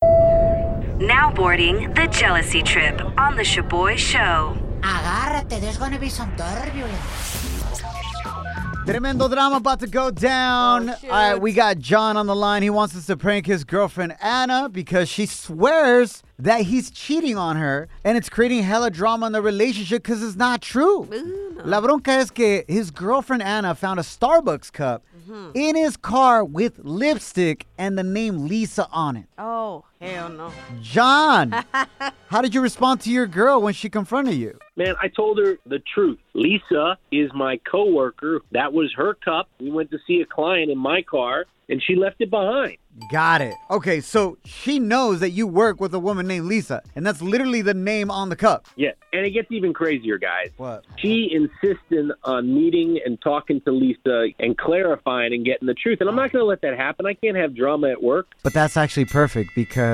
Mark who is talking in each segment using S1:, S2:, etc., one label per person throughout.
S1: Now boarding the jealousy trip on the Shaboy Show.
S2: Agárrate, there's gonna be some turbulence.
S3: Tremendo drama about to go down.
S4: Oh, shit.
S3: All right, we got John on the line. He wants us to prank his girlfriend Anna because she swears that he's cheating on her and it's creating hella drama in the relationship because it's not true.
S4: Ooh, no.
S3: La bronca es que his girlfriend Anna found a Starbucks cup
S4: Mm-hmm.
S3: in his car with lipstick and the name Lisa on it.
S4: Oh, hell no.
S3: John, how did you respond to your girl when she confronted you?
S5: Man, I told her the truth. Lisa is my coworker. That was her cup. We went to see a client in my car, and she left it behind.
S3: Got it. Okay, so she knows that you work with a woman named Lisa, and that's literally the name on the cup.
S5: Yeah, and it gets even crazier, guys.
S3: What?
S5: She insisted on meeting and talking to Lisa and clarifying and getting the truth. And I'm not going to let that happen. I can't have drama at work.
S3: But that's actually perfect because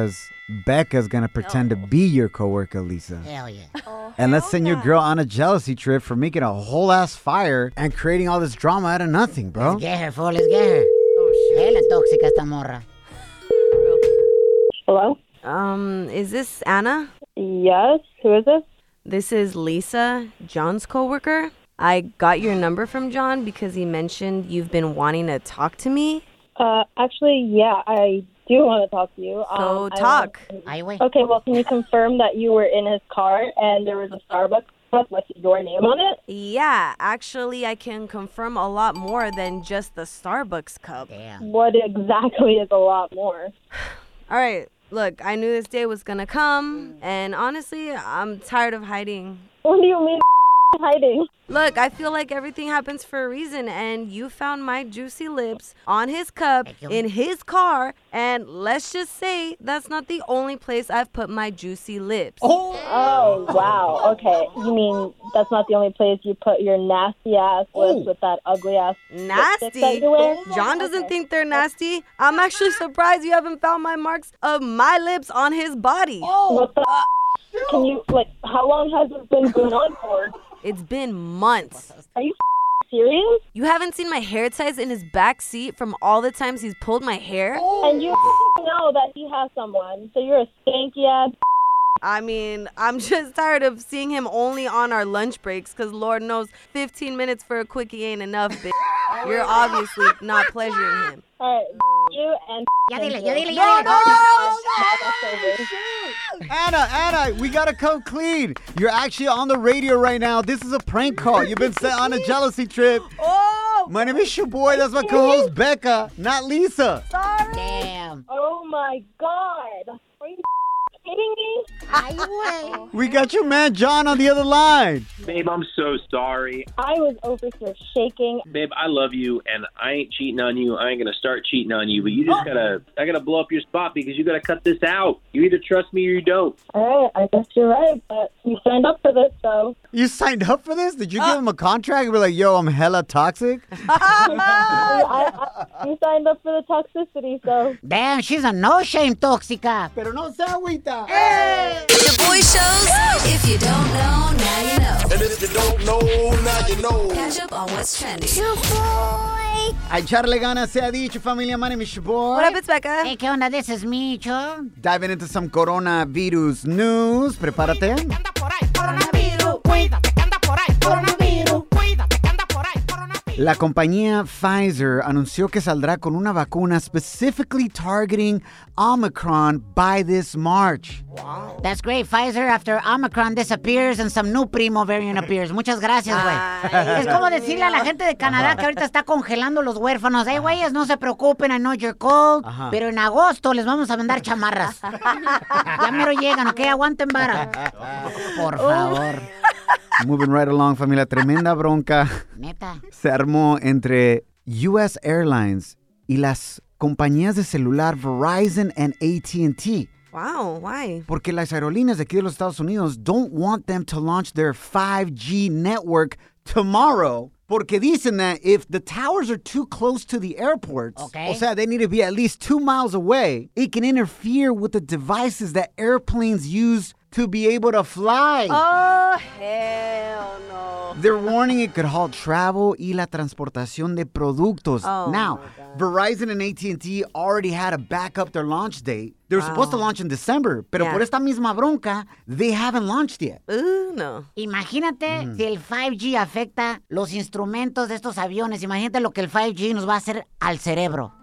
S3: Becca's gonna pretend to be your coworker, Lisa.
S2: Hell yeah.
S3: And let's send your girl on a jealousy trip for making a whole ass fire and creating all this drama out of nothing, bro.
S2: Get her, fool, let's get her. Hella tóxica esta morra.
S6: Hello?
S4: Um, is this Anna?
S6: Yes, who is this?
S4: This is Lisa, John's coworker. I got your number from John because he mentioned you've been wanting to talk to me.
S6: Uh, actually, yeah, I do want to talk to you.
S4: So
S6: Um, I
S4: talk.
S2: Ay, güey.
S6: want- okay, well, can you confirm that you were in his car and there was a Starbucks cup with your name on it?
S4: Yeah, actually, I can confirm a lot more than just the Starbucks cup.
S2: Damn.
S6: What exactly is a lot more?
S4: All right, look, I knew this day was gonna come,
S6: Mm.
S4: and honestly, I'm tired of hiding.
S6: What do you mean hiding?
S4: Look, I feel like everything happens for a reason, and you found my juicy lips on his cup
S2: you.
S4: in his car, and let's just say that's not the only place I've put my juicy lips.
S6: Oh, wow. Okay. You mean that's not the only place you put your nasty ass
S4: Oh.
S6: lips with that ugly ass lipstick that
S4: Nasty.
S6: you're wearing?
S4: John doesn't
S6: Okay.
S4: think they're nasty. I'm actually surprised you haven't found my marks of my lips on his body.
S6: What the
S4: uh,
S6: Can you, like, how long has this been going on for?
S4: It's been months.
S6: Are you serious?
S4: You haven't seen my hair ties in his back seat from all the times he's pulled my hair?
S6: And you
S4: Oh.
S6: know that he has someone, so you're a skanky ass.
S4: I mean, I'm just tired of seeing him only on our lunch breaks because Lord knows 15 minutes for a quickie ain't enough, bitch. You're obviously not pleasuring him.
S6: All right, you and
S2: Ya
S6: thank
S2: dile,
S6: you.
S2: ya dile, ya dile.
S6: That's over.
S3: Anna, Anna, we gotta come clean. You're actually on the radio right now. This is a prank call. You've been sent on a jealousy trip.
S4: Oh,
S3: My name is your boy. That's my co-host Becca, not Lisa.
S2: Damn.
S6: Oh my god, are you kidding me?
S2: Ay, güey.
S3: We got your man John on the other line.
S5: Babe, I'm so sorry.
S6: I was over here shaking.
S5: Babe, I love you, and I ain't cheating on you. I ain't going to start cheating on you, but you just got to, I got to blow up your spot because you got to cut this out. You either trust me or you don't.
S6: All right, I guess you're right, but you signed up for this, so
S3: You signed up for this? Did you give him a contract and be like, yo, I'm hella toxic?
S6: I, I, you signed up for the toxicity, so
S2: Damn, she's a no-shame tóxica.
S3: Pero no se agüita.
S7: Shaboy Shows. If you don't know, now you know.
S8: And if you don't know, now you know.
S7: Catch up on what's trending.
S3: A echarle ganas se ha dicho, familia. My name is your boy.
S4: what up, it's Becca.
S2: Hey, ¿qué onda? This is Micho.
S3: Diving into some coronavirus news. Prepárate. La compañía Pfizer anunció que saldrá con una vacuna specifically targeting Omicron by this March.
S2: That's great, Pfizer. After Omicron disappears and some new primo variant appears. Muchas gracias, güey. Es como decirle a la gente de Canadá que ahorita está congelando los huérfanos. Hey, güeyes, no se preocupen, I know you're cold.
S3: Ajá.
S2: Pero en agosto les vamos a mandar chamarras. ya mero llegan, ¿ok? Aguanten vara. Por favor.
S3: Moving right along, familia. Tremenda bronca
S2: Neta.
S3: se armó entre US Airlines y las compañías de celular Verizon and AT&T.
S4: Wow, why?
S3: Porque las aerolíneas de aquí de los Estados Unidos don't want them to launch their 5G network tomorrow. Porque dicen that if the towers are too close to the airports,
S2: Okay.
S3: o sea, they need to be at least two miles away, it can interfere with the devices that airplanes use to be able to fly.
S4: Oh, hell no.
S3: They're warning it could halt travel y la transportación de productos.
S4: Oh,
S3: now, Verizon and AT&T already had to back up their launch date. They were supposed to launch in December, pero
S4: Yeah.
S3: por esta misma bronca, they haven't launched yet.
S4: Ooh, no.
S2: Imagínate si el 5G afecta los instrumentos de estos aviones. Imagínate lo que el 5G nos va a hacer al cerebro.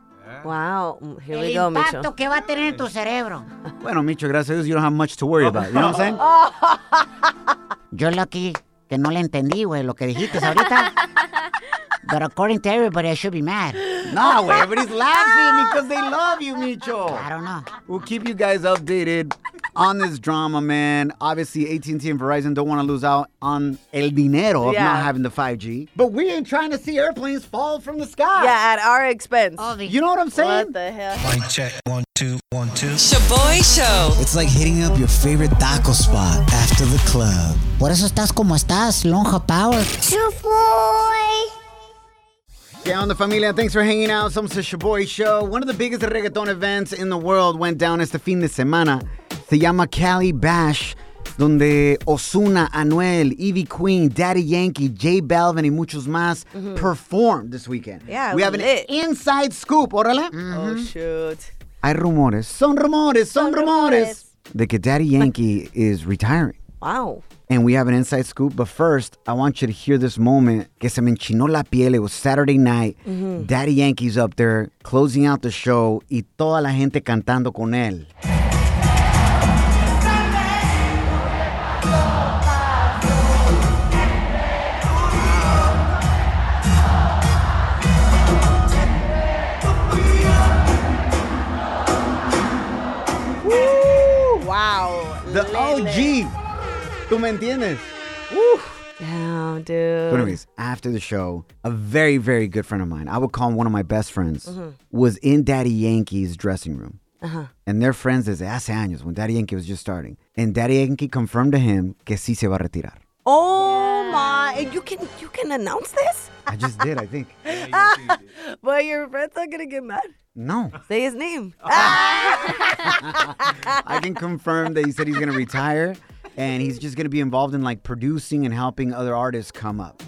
S4: Wow. mm, Here
S2: el
S4: we go,
S2: impacto
S4: Micho.
S2: que va a tener en tu cerebro.
S3: Bueno, Micho, gracias a Dios, you don't have much to worry about. You know what I'm saying?
S4: Oh.
S2: Yo lucky que no le entendí, güey, lo que dijiste ahorita. But according to everybody, I should be mad.
S3: nah, güey, everybody's laughing because they love you, Micho.
S2: I don't know.
S3: We'll keep you guys updated on this drama, man. Obviously, AT&T and Verizon don't want to lose out on el dinero of
S4: Yeah.
S3: not having the 5G. But we ain't trying to see airplanes fall from the sky.
S4: Yeah, at our expense.
S3: You know what I'm saying?
S4: What the hell?
S9: Mic check. One, two, one, two.
S7: Shaboy Show.
S10: It's like hitting up your favorite taco spot after the club.
S2: Por eso estás como estás, Lonja Power.
S3: Yeah, on the familia, thanks for hanging out. Somos el Shaboy Show. One of the biggest reggaeton events in the world went down este fin de semana. Se llama Cali Bash, donde Osuna, Anuel, Evie Queen, Daddy Yankee, J Balvin y muchos más performed this weekend.
S4: Yeah, it
S3: we
S4: was
S3: have an
S4: lit.
S3: inside scoop, órale.
S4: Oh, shoot.
S3: Hay rumores, son rumores, son,
S4: Son
S3: rumores, de que Daddy Yankee is retiring.
S4: Wow.
S3: and we have an inside scoop. But first, I want you to hear this moment. Que se me enchinó la piel. It was Saturday night. Daddy Yankee's up there closing out the show y toda la gente cantando con él.
S4: Wow.
S3: The
S4: Lele.
S3: OG. ¿Tú me entiendes?
S4: Damn, dude.
S3: But anyways, after the show, a very, very good friend of mine, I would call him one of my best friends, was in Daddy Yankee's dressing room. And they're friends desde hace años when Daddy Yankee was just starting. And Daddy Yankee confirmed to him que sí se va a retirar.
S4: Oh my! And you can you can announce this,
S3: I just did, I think.
S4: but your friends are gonna get mad.
S3: No.
S4: Say his name.
S3: I can confirm that he said he's going to retire and he's just going to be involved in like producing and helping other artists come up.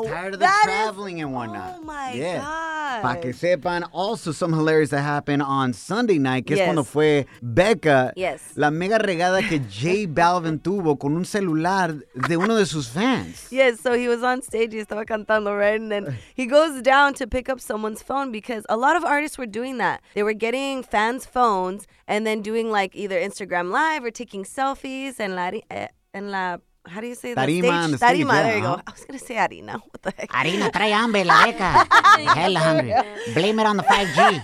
S3: Yeah, he's tired of the
S4: That is-
S3: traveling and whatnot.
S4: Oh my
S3: yeah. Pa' que
S4: god.
S3: sepan, also some hilarious that happened on Sunday night, que es
S4: Yes.
S3: cuando fue Becca,
S4: Yes.
S3: la mega regada que J Balvin tuvo con un celular de uno de sus fans.
S4: Yes, so he was on stage, he estaba cantando, right? And then he goes down to pick up someone's phone because a lot of artists were doing that. They were getting fans' phones and then doing like either Instagram Live or taking selfies and la, eh, and la how do you say that?
S3: Tarima
S4: stage?
S3: on the stage,
S4: Tarima,
S3: yeah,
S4: there you go.
S3: uh-huh.
S4: I was going to say Arena. What the heck?
S2: Harina trae hambre, la beca. Hella hungry. Blame it on the 5G. Ya le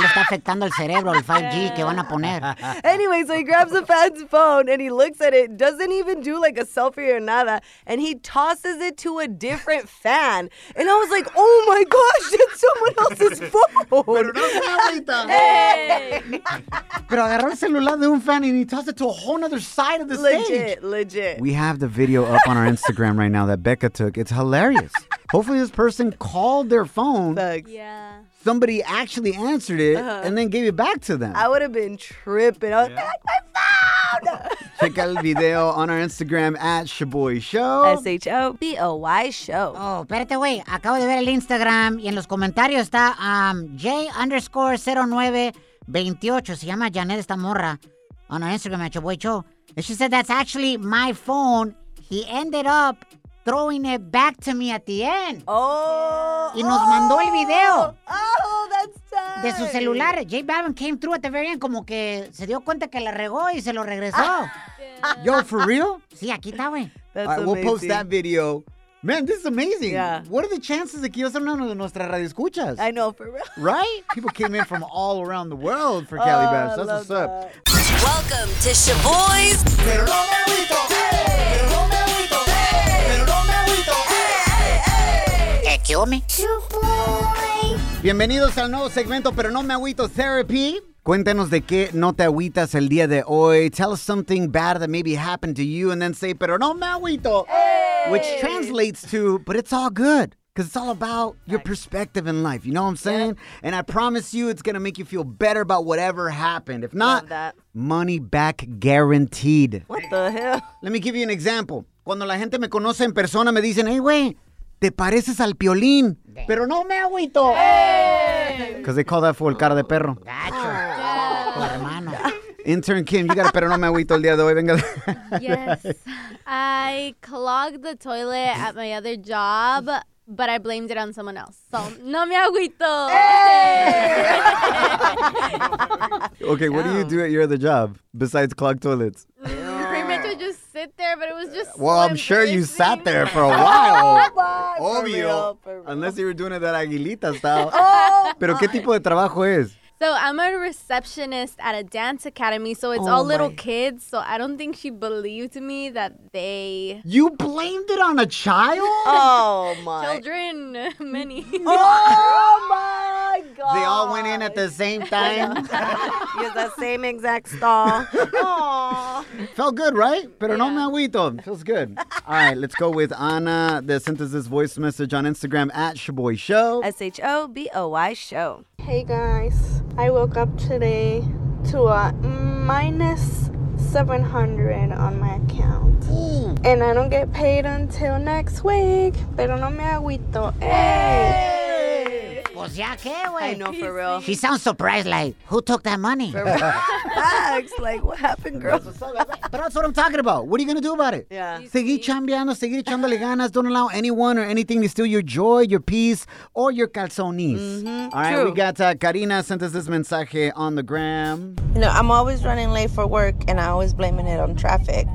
S2: está afectando el cerebro el 5G que van a poner.
S4: Anyway, so he grabs a fan's phone and he looks at it, doesn't even do like a selfie or nada, and he tosses it to a different fan. And I was like, oh my gosh, that's someone else's phone.
S3: Pero agarró el celular de un fan and he tossed it to a whole other side of the stage.
S4: legit, legit.
S3: We have the video up on our Instagram right now that Becca took. It's hilarious. Hopefully, this person called their phone.
S4: Sucks.
S3: Somebody actually answered it
S4: Uh-huh.
S3: and then gave it back to them.
S4: I would have been tripping. I was like, my phone!
S3: Check out the video on our Instagram at Shaboy Show.
S4: S H O B O Y show.
S2: Oh, espérate, güey. Acabo de ver el Instagram y en los comentarios está um, J underscore 0928. Se llama Janet esta morra. On our Instagram at Chaboy Show. And she said, that's actually my phone. He ended up throwing it back to me at the end.
S4: Oh.
S2: Y nos mandó el video.
S4: Oh, that's tough.
S2: De su celular, J Balvin came through at the very end, como que se dio cuenta que la regó y se lo regresó.
S4: Ah.
S3: Yo, for real?
S2: Sí, aquí está, güey.
S4: That's
S3: All right, we'll post
S4: amazing.
S3: that video. Man, this is amazing.
S4: Yeah.
S3: What are the chances de que yo sea uno de nuestras radioescuchas?
S4: I know, for real.
S3: Right? People came in from all around the world for
S4: Oh,
S3: Cali Bash. That's what's up.
S7: Welcome to Shaboy's
S8: Pero no me agüito, pero no me agüito, pero no me agüito.
S2: Eh, ¿Qué hombre?
S3: Bienvenidos al nuevo segmento, pero no me agüito therapy. Cuéntanos de qué no te agüitas el día de hoy. Tell us something bad that maybe happened to you and then say, pero no me agüito. Which translates to, but it's all good. Because it's all about your perspective in life. You know what I'm saying? And I promise you, it's going to make you feel better about whatever happened. If not,
S4: that.
S3: money back guaranteed.
S4: What the hell?
S3: Let me give you an example. Cuando la gente me conoce en persona, me dicen, hey, güey, te pareces al piolín. Pero no me agüito. Because they call that fool cara de perro.
S4: Ah.
S2: Tu hermano.
S3: Intern Kim, you got a pero no me agüito el día de hoy. Venga.
S11: Yes. I clogged the toilet at my other job, but I blamed it on someone else. So, no me agüito.
S3: okay, what do you do at your other job besides clog toilets?
S11: Pretty much I just sit there, but it was just.
S3: Well,
S11: so
S3: I'm sure you
S11: embarrassing.
S3: sat there for a while. Obvio.
S4: real, for real. Oh,
S3: Unless you were doing it that aguilita style. Pero qué tipo de trabajo es?
S11: So, I'm a receptionist at a dance academy, so it's all little kids, so I don't think she believed me that they.
S3: You blamed it on a child?
S4: Oh my.
S11: Children, many.
S4: Oh my god.
S3: They all went in at the same time.
S4: Use that same exact stall. Aw.
S3: Felt good, right? Pero no me agüito. Feels good. All right, let's go with Ana that sent us this voice message on Instagram at Shaboy Show.
S4: S H O B O Y show.
S12: Hey guys, I woke up today to a minus 700 on my account. And I don't get paid until next week, pero no me agüito. Hey!
S2: Pues ya qué,
S4: I
S2: güey.
S4: know for real.
S2: She sounds surprised, like, who took that money?
S4: Facts. Like what happened, girl?
S3: But that's what I'm talking about. What are you going to do about it?
S4: Yeah.
S3: Seguir chambeando, seguir echándole ganas. Don't allow anyone or anything to steal your joy, your peace, or your calzones. All right, we
S4: Mm-hmm. true.
S3: got uh, Karina sent us this mensaje on the gram.
S12: You know, I'm always running late for work and I always blaming it on traffic.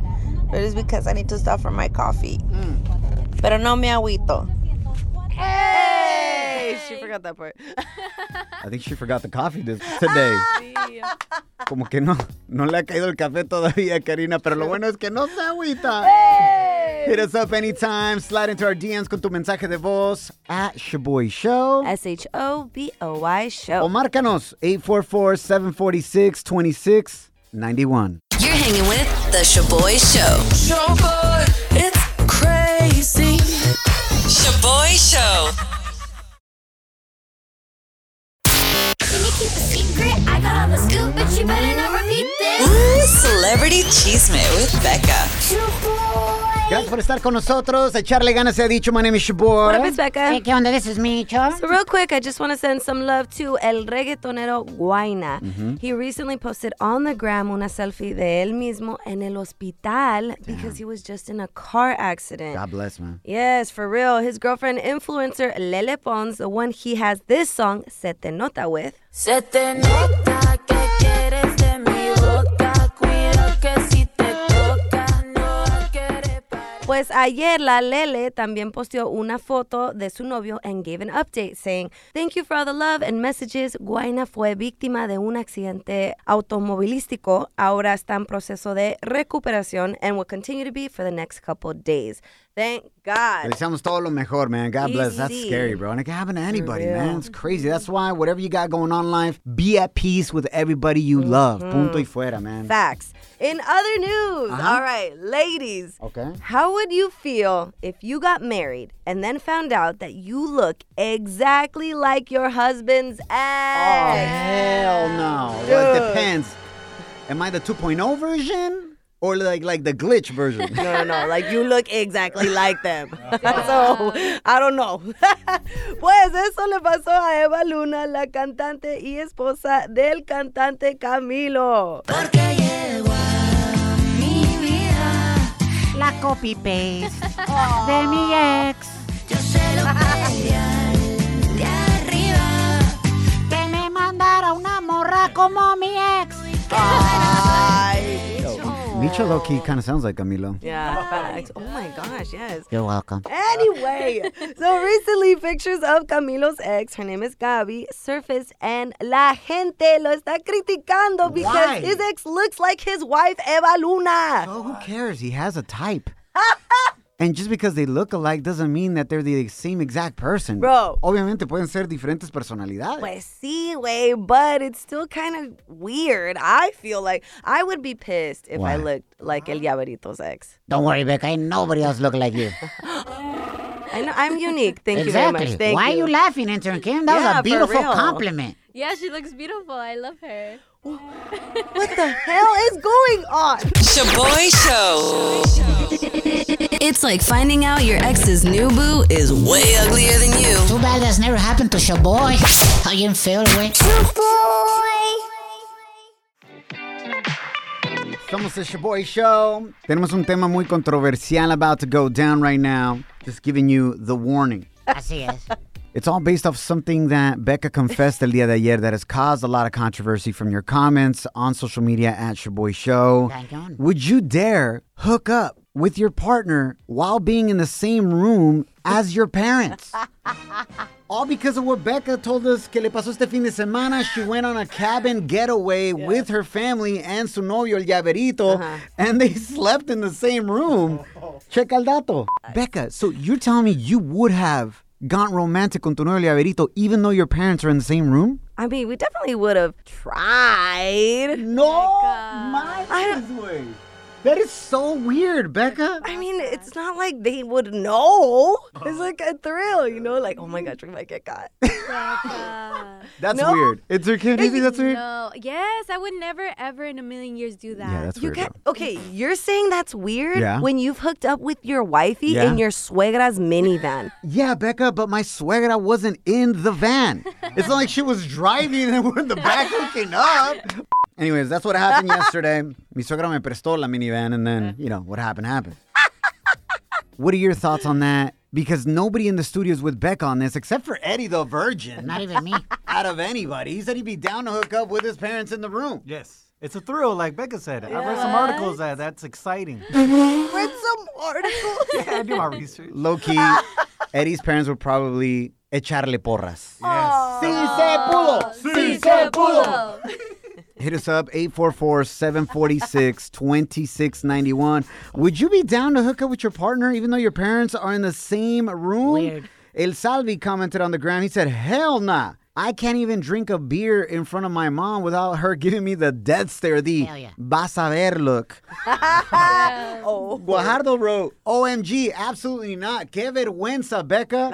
S12: But it's because I need to stop for my coffee. Pero no me agüito.
S4: Hey, she forgot that part.
S3: I think she forgot the coffee this, today. Como que no, no le ha caído el café todavía, Karina, pero lo bueno es que no se agüita. Hit us up anytime. Slide into our DMs con tu mensaje de voz at Shaboy Show.
S4: S H O B O Y show.
S3: O márcanos 844-746-2691.
S7: You're hanging with The Shaboy Show. Shaboy, it's crazy. Shaboy Show. Can you keep a secret? I got all the scoop, but you better not repeat this. Ooh, Celebrity Cheesemate with Becca.
S3: Gracias por estar con nosotros. Echarle ganas se ha dicho. My name is
S4: What
S3: Shaboy.
S4: up, Miss Becca?
S2: Hey, ¿Eh? ¿Qué onda? This is me, Cho.
S4: So real quick, I just want to send some love to El Reggaetonero Guayna. He recently posted on the gram una selfie de él mismo en el hospital because he was just in a car accident.
S3: God bless, man.
S4: Yes, for real. His girlfriend influencer Lele Pons, the one he has this song Se Te Nota with.
S8: Se te nota que quieres de mi boca. Cuida que si te toca, no quieres parar.
S4: Pues ayer la Lele también posteó una foto de su novio and gave an update saying, "Thank you for all the love and messages. Guaina fue víctima de un accidente automovilístico. Ahora está en proceso de recuperación and will continue to be for the next couple days. Thank
S3: Le
S4: God."
S3: deseamos todo lo mejor, man. God bless. That's
S4: Easy.
S3: scary, bro. And it can happen to anybody,
S4: real.
S3: man. It's crazy. That's why whatever you got going on in life, be at peace with everybody you
S4: Mm-hmm.
S3: love. Punto y fuera, man.
S4: Facts. In other news,
S3: Ajá.
S4: all right, ladies.
S3: Okay.
S4: How would you feel if you got married and then found out that you look exactly like your husband's
S3: Oh,
S4: ex?
S3: hell no. Well, it depends. Am I the 2.0 version or like like the glitch version?
S4: No, no, no. Like you look exactly like them. so I don't know. pues eso le pasó a Eva Luna, la cantante y esposa del cantante Camilo.
S2: La copy paste de mi ex. Que me mandara una morra como mi ex.
S4: Ay.
S3: Micho low key kind of sounds like Camilo.
S4: Yeah, facts. Oh my gosh, yes.
S2: You're welcome.
S4: Anyway, so recently pictures of Camilo's ex, her name is Gaby, surfaced and la gente lo está criticando because
S3: Why?
S4: his ex looks like his wife Eva Luna.
S3: Oh, who cares? He has a type. And just because they look alike doesn't mean that they're the same exact person.
S4: Bro.
S3: Obviamente pueden ser diferentes personalidades.
S4: Pues sí, way, but it's still kind of weird. I feel like I would be pissed if I
S2: Why?
S4: looked like El Llaverito's ex.
S2: Don't worry, Becca. Ain't nobody else look like you.
S4: I know I'm unique. Thank
S2: exactly.
S4: you very much. Thank
S2: Why
S4: you.
S2: are you laughing, intern Kim? That
S4: Yeah,
S2: was a
S4: for
S2: beautiful
S4: real.
S2: compliment.
S11: Yeah, she looks beautiful. I love her.
S4: What the hell is going on?
S7: Shaboy Show.
S13: It's like finding out your ex's new boo is way uglier than you.
S2: Too bad that's never happened to your boy. How you feel, güey?
S3: Somos the Shaboy Show. Tenemos un tema muy controversial about to go down right now. Just giving you the warning.
S2: Así es.
S3: It's all based off something that Becca confessed el día de ayer that has caused a lot of controversy from your comments on social media at Shaboy Show.
S2: Cañón.
S3: Would you dare hook up with your partner while being in the same room as your parents? all because of what Becca told us que le pasó este fin de semana. She went on a cabin getaway with her family and su novio, el llaverito, and they slept in the same room. Check el dato. Becca, so you're telling me you would have gone romantic con tu novio, el llaverito, even though your parents are in the same room?
S4: I mean, we definitely would have tried.
S3: No, my way. That is so weird, Becca.
S4: I mean, it's not like they would know. It's like a thrill, you know, like, oh my gosh, we might get caught.
S3: That's
S4: No.
S3: weird. It's okay. Do you think that's weird?
S11: uh, No. Yes, I would never, ever in a million years do that.
S3: Yeah, that's
S4: You
S3: weird.
S4: can't, okay, you're saying that's weird
S3: Yeah.
S4: when you've hooked up with your wifey
S3: Yeah.
S4: in your suegra's minivan.
S3: Yeah, Becca, but my suegra wasn't in the van. It's not like she was driving and we're in the back hooking up. Anyways, that's what happened yesterday. Mi suegra me prestó la minivan, and then, you know, what happened happened. what are your thoughts on that? Because nobody in the studio is with Becca on this except for Eddie the Virgin.
S2: Not even me.
S3: Out of anybody, he said he'd be down to hook up with his parents in the room.
S14: Yes. It's a thrill, like Becca said. I read some articles that that's exciting.
S4: Read some articles.
S14: I do my research.
S3: Low key, Eddie's parents would probably echarle porras.
S14: Yes.
S3: Hit us up 844-746-2691. Would you be down to hook up with your partner even though your parents are in the same room?
S2: Weird.
S3: El Salvi commented on the gram. He said, "Hell nah. I can't even drink a beer in front of my mom without her giving me the death stare, the
S2: Hell yeah.
S3: vas a ver look."
S4: oh.
S3: Guajardo wrote, OMG, absolutely not. Que vergüenza, Becca.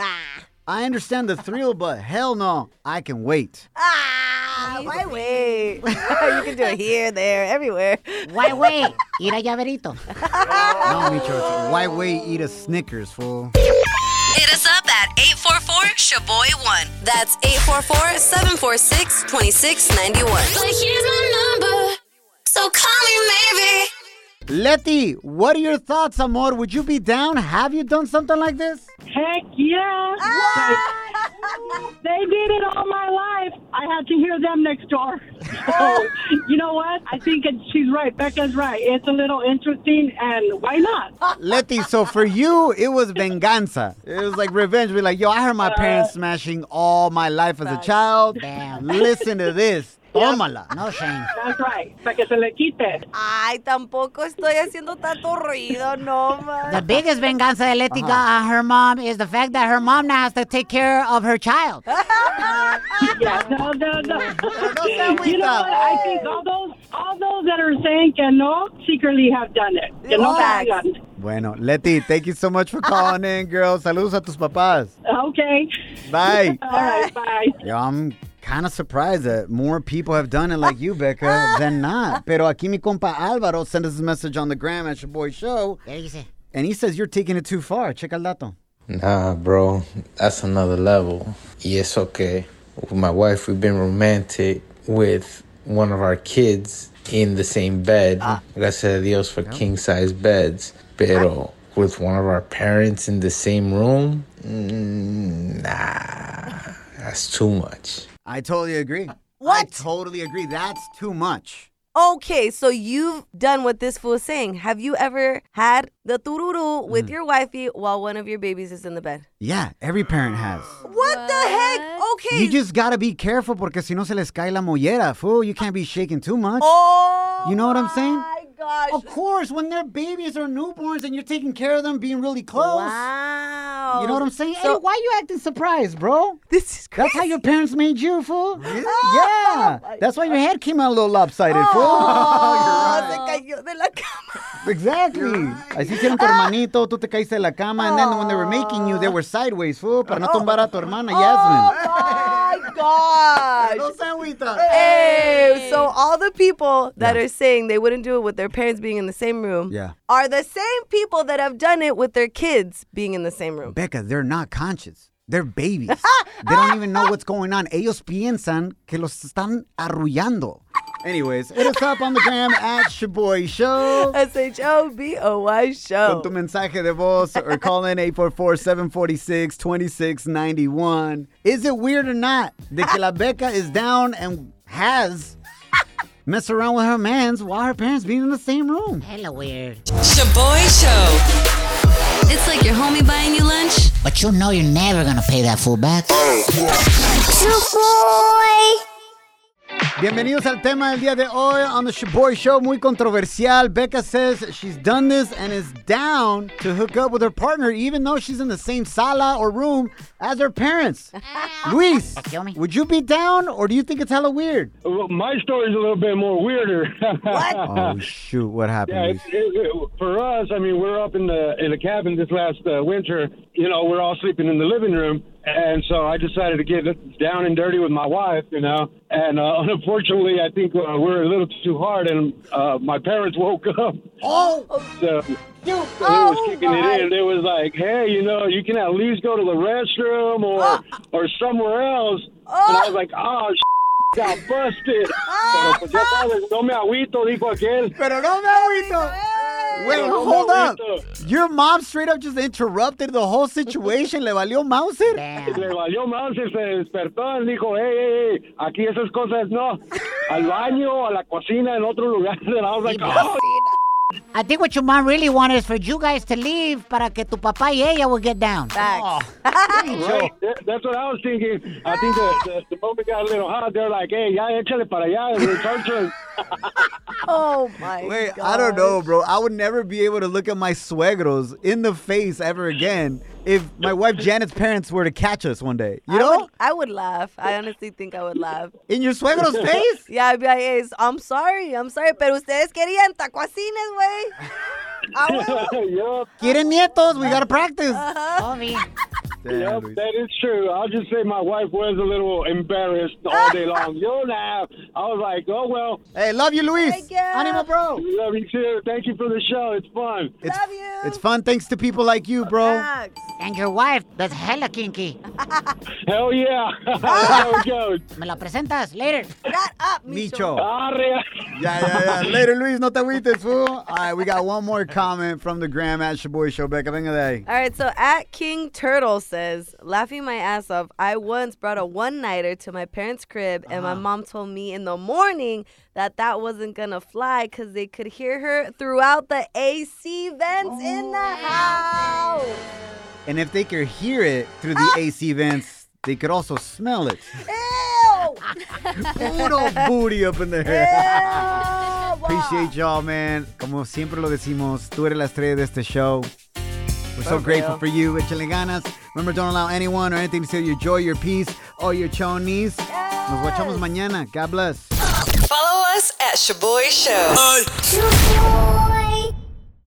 S3: I understand the thrill, but hell no. I can wait.
S4: Ah, why wait? you can do it here, there, everywhere.
S2: Why wait? Ir a llaverito.
S3: No, Micho, it's why wait? Eat a Snickers, fool.
S13: Hit us up at 844-SHABOY1. That's 844-746-2691.
S7: But here's my number, so call me maybe.
S3: Letty, what are your thoughts, amor? Would you be down? Have you done something like this?
S15: Heck yeah. They did it all my life. I had to hear them next door. So, you know what? I think it, she's right. Becca's right. It's a little interesting, and why not?
S3: Letty, so for you, it was venganza. It was like revenge. Be like, yo, I heard my parents smashing all my life as a child.
S2: Damn.
S3: Listen to this. Tómala.
S2: No shame.
S15: That's right. Para que se le quite.
S4: Ay, tampoco estoy haciendo tanto ruido, no man.
S2: The biggest venganza that Leti got on her mom is the fact that her mom now has to take care of her child.
S15: Yeah, no, no, no.
S3: agüita.
S15: you know what? I think all those, all those that are saying que no secretly have done it. Que no
S4: Facts.
S15: hagan.
S3: Bueno, Letty, thank you so much for calling in, girl. Saludos a tus papás.
S15: Okay.
S3: Bye.
S15: All right. Bye.
S3: Yo, I'm kind of surprised that more people have done it like you, Becca, than not. Pero aquí mi compa Álvaro sent us a message on the gram at your boy show,
S2: ¿Qué dice?
S3: and he says you're taking it too far. Checa el dato.
S16: Nah, bro, that's another level. Yeah, it's okay. With my wife, we've been romantic with one of our kids in the same bed. Gracias a Dios for king size beds. Pero with one of our parents in the same room, mm, nah, that's too much.
S3: I totally
S4: Uh,
S3: agree. What? I totally agree. That's too much.
S4: Okay, so you've done what this fool is saying. Have you ever had the tururu
S3: Mm.
S4: with your wifey while one of your babies is in the bed?
S3: Yeah, every parent has.
S4: What, the heck? Okay.
S3: You just gotta be careful porque si no se les cae la mollera, fool. You can't be shaking too much.
S4: Oh
S3: you know what I'm saying?
S4: my God. gosh.
S3: Of course, when they're babies or newborns and you're taking care of them, being really close.
S4: Wow.
S3: You know what I'm saying? hey, why you acting surprised, bro? This is crazy. That's how your parents made you, fool. yeah. That's why your head came out a little lopsided,
S4: Oh, se cayó de la
S3: fool. exactly. Así hicieron tu hermanito, tú te caíste de la cama, and then when they were making you, they were sideways, fool, para no tumbar a tu hermana, Yasmin.
S4: Oh, gosh. Hey, so all the people that are saying they wouldn't do it with their parents being in the same room
S3: Yeah.
S4: are the same people that have done it with their kids being in the same room.
S3: Becca, they're not conscious. They're babies. they don't even know what's going on. Ellos piensan que los están arrullando. Anyways, hit us up on the gram at Shaboy Show.
S4: S-H-O-B-O-Y Show.
S3: Con tu mensaje de voz or call in 844-746-2691. Is it weird or not that que la Becca is down and has messed around with her mans while her parents being in the same room?
S2: Hella weird.
S13: Shaboy Show. It's like your homie buying you lunch.
S2: But you know you're never gonna pay that fool back.
S3: Bienvenidos al tema del día de hoy on the Shaboy Show, muy controversial. Becca says she's done this and is down to hook up with her partner even though she's in the same sala or room as her parents. Luis, would you be down or do you think it's hella weird?
S17: Well, my story's a little bit more weirder. What?
S3: Oh shoot, what happened?
S17: Yeah, it,
S3: Luis?
S17: it, it, for us, I mean, we're up in the in the cabin this last uh, winter. You know, we're all sleeping in the living room, and so I decided to get down and dirty with my wife. You know, and uh, unfortunately, I think uh, we're a little too hard, and uh, my parents woke up.
S3: Oh,
S17: so they was kicking it in. They was like, "Hey, you know, you can at least go to the restroom or
S3: Ah.
S17: or somewhere else." And I was like, "Oh." Got busted.
S3: Ah.
S17: Pero, pues, ya sabes, no me agüito, dijo aquel.
S3: Pero no me agüito. Wait,
S17: Pero no me
S3: hold up.
S17: agüito.
S3: Your mom straight up just interrupted the whole situation. Le valió Mauser?
S17: Le valió mal, se se despertó, él dijo, hey, hey, hey, aquí esas cosas no, al baño, a la cocina, en otro lugar, and I was like, oh,
S2: I think what your mom really wanted is for you guys to leave para que tu papá y ella will get down.
S17: right, that- that's what I was thinking. I think the, the, the moment got a little hot, they're like, hey, ya, échale para allá, and return to
S4: Oh my
S3: Wait, I don't know, bro. I would never be able to look at my suegros in the face ever again if my wife Janet's parents were to catch us one day. You
S4: I
S3: know?
S4: would, I would laugh. I honestly think I would laugh.
S3: In your suegro's face?
S4: Yeah, I'd be like, "Hey, I'm sorry, I'm sorry, pero ustedes querían tacuacines, güey. Ah, huevo.
S3: Quieren nietos, we gotta practice.
S17: Yep, that is true. I'll just say my wife was a little embarrassed all day long. Yo, now, I was like, oh, well.
S3: Hey, love you, Luis.
S2: Oh,
S3: Animo, bro.
S17: We love you, too. Thank you for the show. It's fun.
S3: It's, it's fun thanks to people like you, bro.
S4: Ah,
S2: And your wife, that's hella kinky.
S17: Hell yeah.
S2: Me la presentas later.
S3: Micho.
S17: Arre.
S3: Yeah, yeah, yeah. Later, Luis, no te agüites, fool. All right, we got one more comment from the Graham at Shaboy Show. Becca, venga de ahí.
S4: All right, so at King Turtle says, laughing my ass off, I once brought a one nighter to my parents' crib, and
S3: Uh-huh.
S4: my mom told me in the morning that that wasn't gonna fly because they could hear her throughout the AC vents in the
S3: Oh.
S4: house.
S3: And if they could hear it through the AC vents, they could also smell it. Puro booty up in the
S4: Eh.
S3: air. Appreciate y'all, man. Como siempre lo decimos, tú eres la estrella de este show. We're so
S18: For
S3: grateful
S18: real.
S3: for you. Échale ganas. Remember, don't allow anyone or anything to steal your joy, your peace, or your chonies. Nos guachamos mañana. God bless.
S13: Follow us at Shaboy Show.